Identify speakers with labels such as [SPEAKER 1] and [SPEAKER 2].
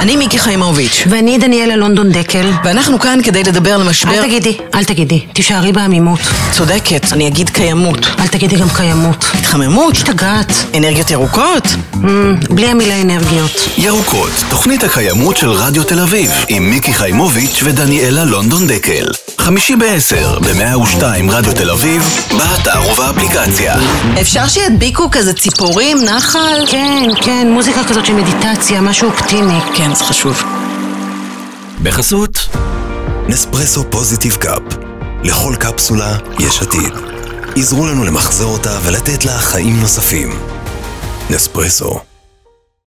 [SPEAKER 1] אני מיקי חיימוביץ',
[SPEAKER 2] ואני דניאלה לונדון דקל.
[SPEAKER 1] ואנחנו כאן כדי לדבר על משבר...
[SPEAKER 2] אל תגידי, אל תגידי, תישארי בעמימות.
[SPEAKER 1] צודקת, אני אגיד קיימות.
[SPEAKER 2] אל תגידי גם קיימות.
[SPEAKER 1] התחממות?
[SPEAKER 2] השתגעת.
[SPEAKER 1] אנרגיות ירוקות?
[SPEAKER 2] Mm, בלי המילה אנרגיות.
[SPEAKER 3] ירוקות, תוכנית הקיימות של רדיו תל אביב, עם מיקי חיימוביץ' ודניאלה לונדון דקל. חמישי בעשר, במאה ושתיים רדיו תל אביב, באתר ובאפליקציה.
[SPEAKER 1] אפשר שידביקו כזה ציפורים, נחל?
[SPEAKER 2] כן, כן, מוזיקה כזאת של מדיטציה, משהו אופטימי.
[SPEAKER 1] כן, זה חשוב.
[SPEAKER 3] בחסות נספרסו פוזיטיב קאפ. לכל קפסולה יש עתיד. עזרו לנו למחזר אותה ולתת לה חיים נוספים. נספרסו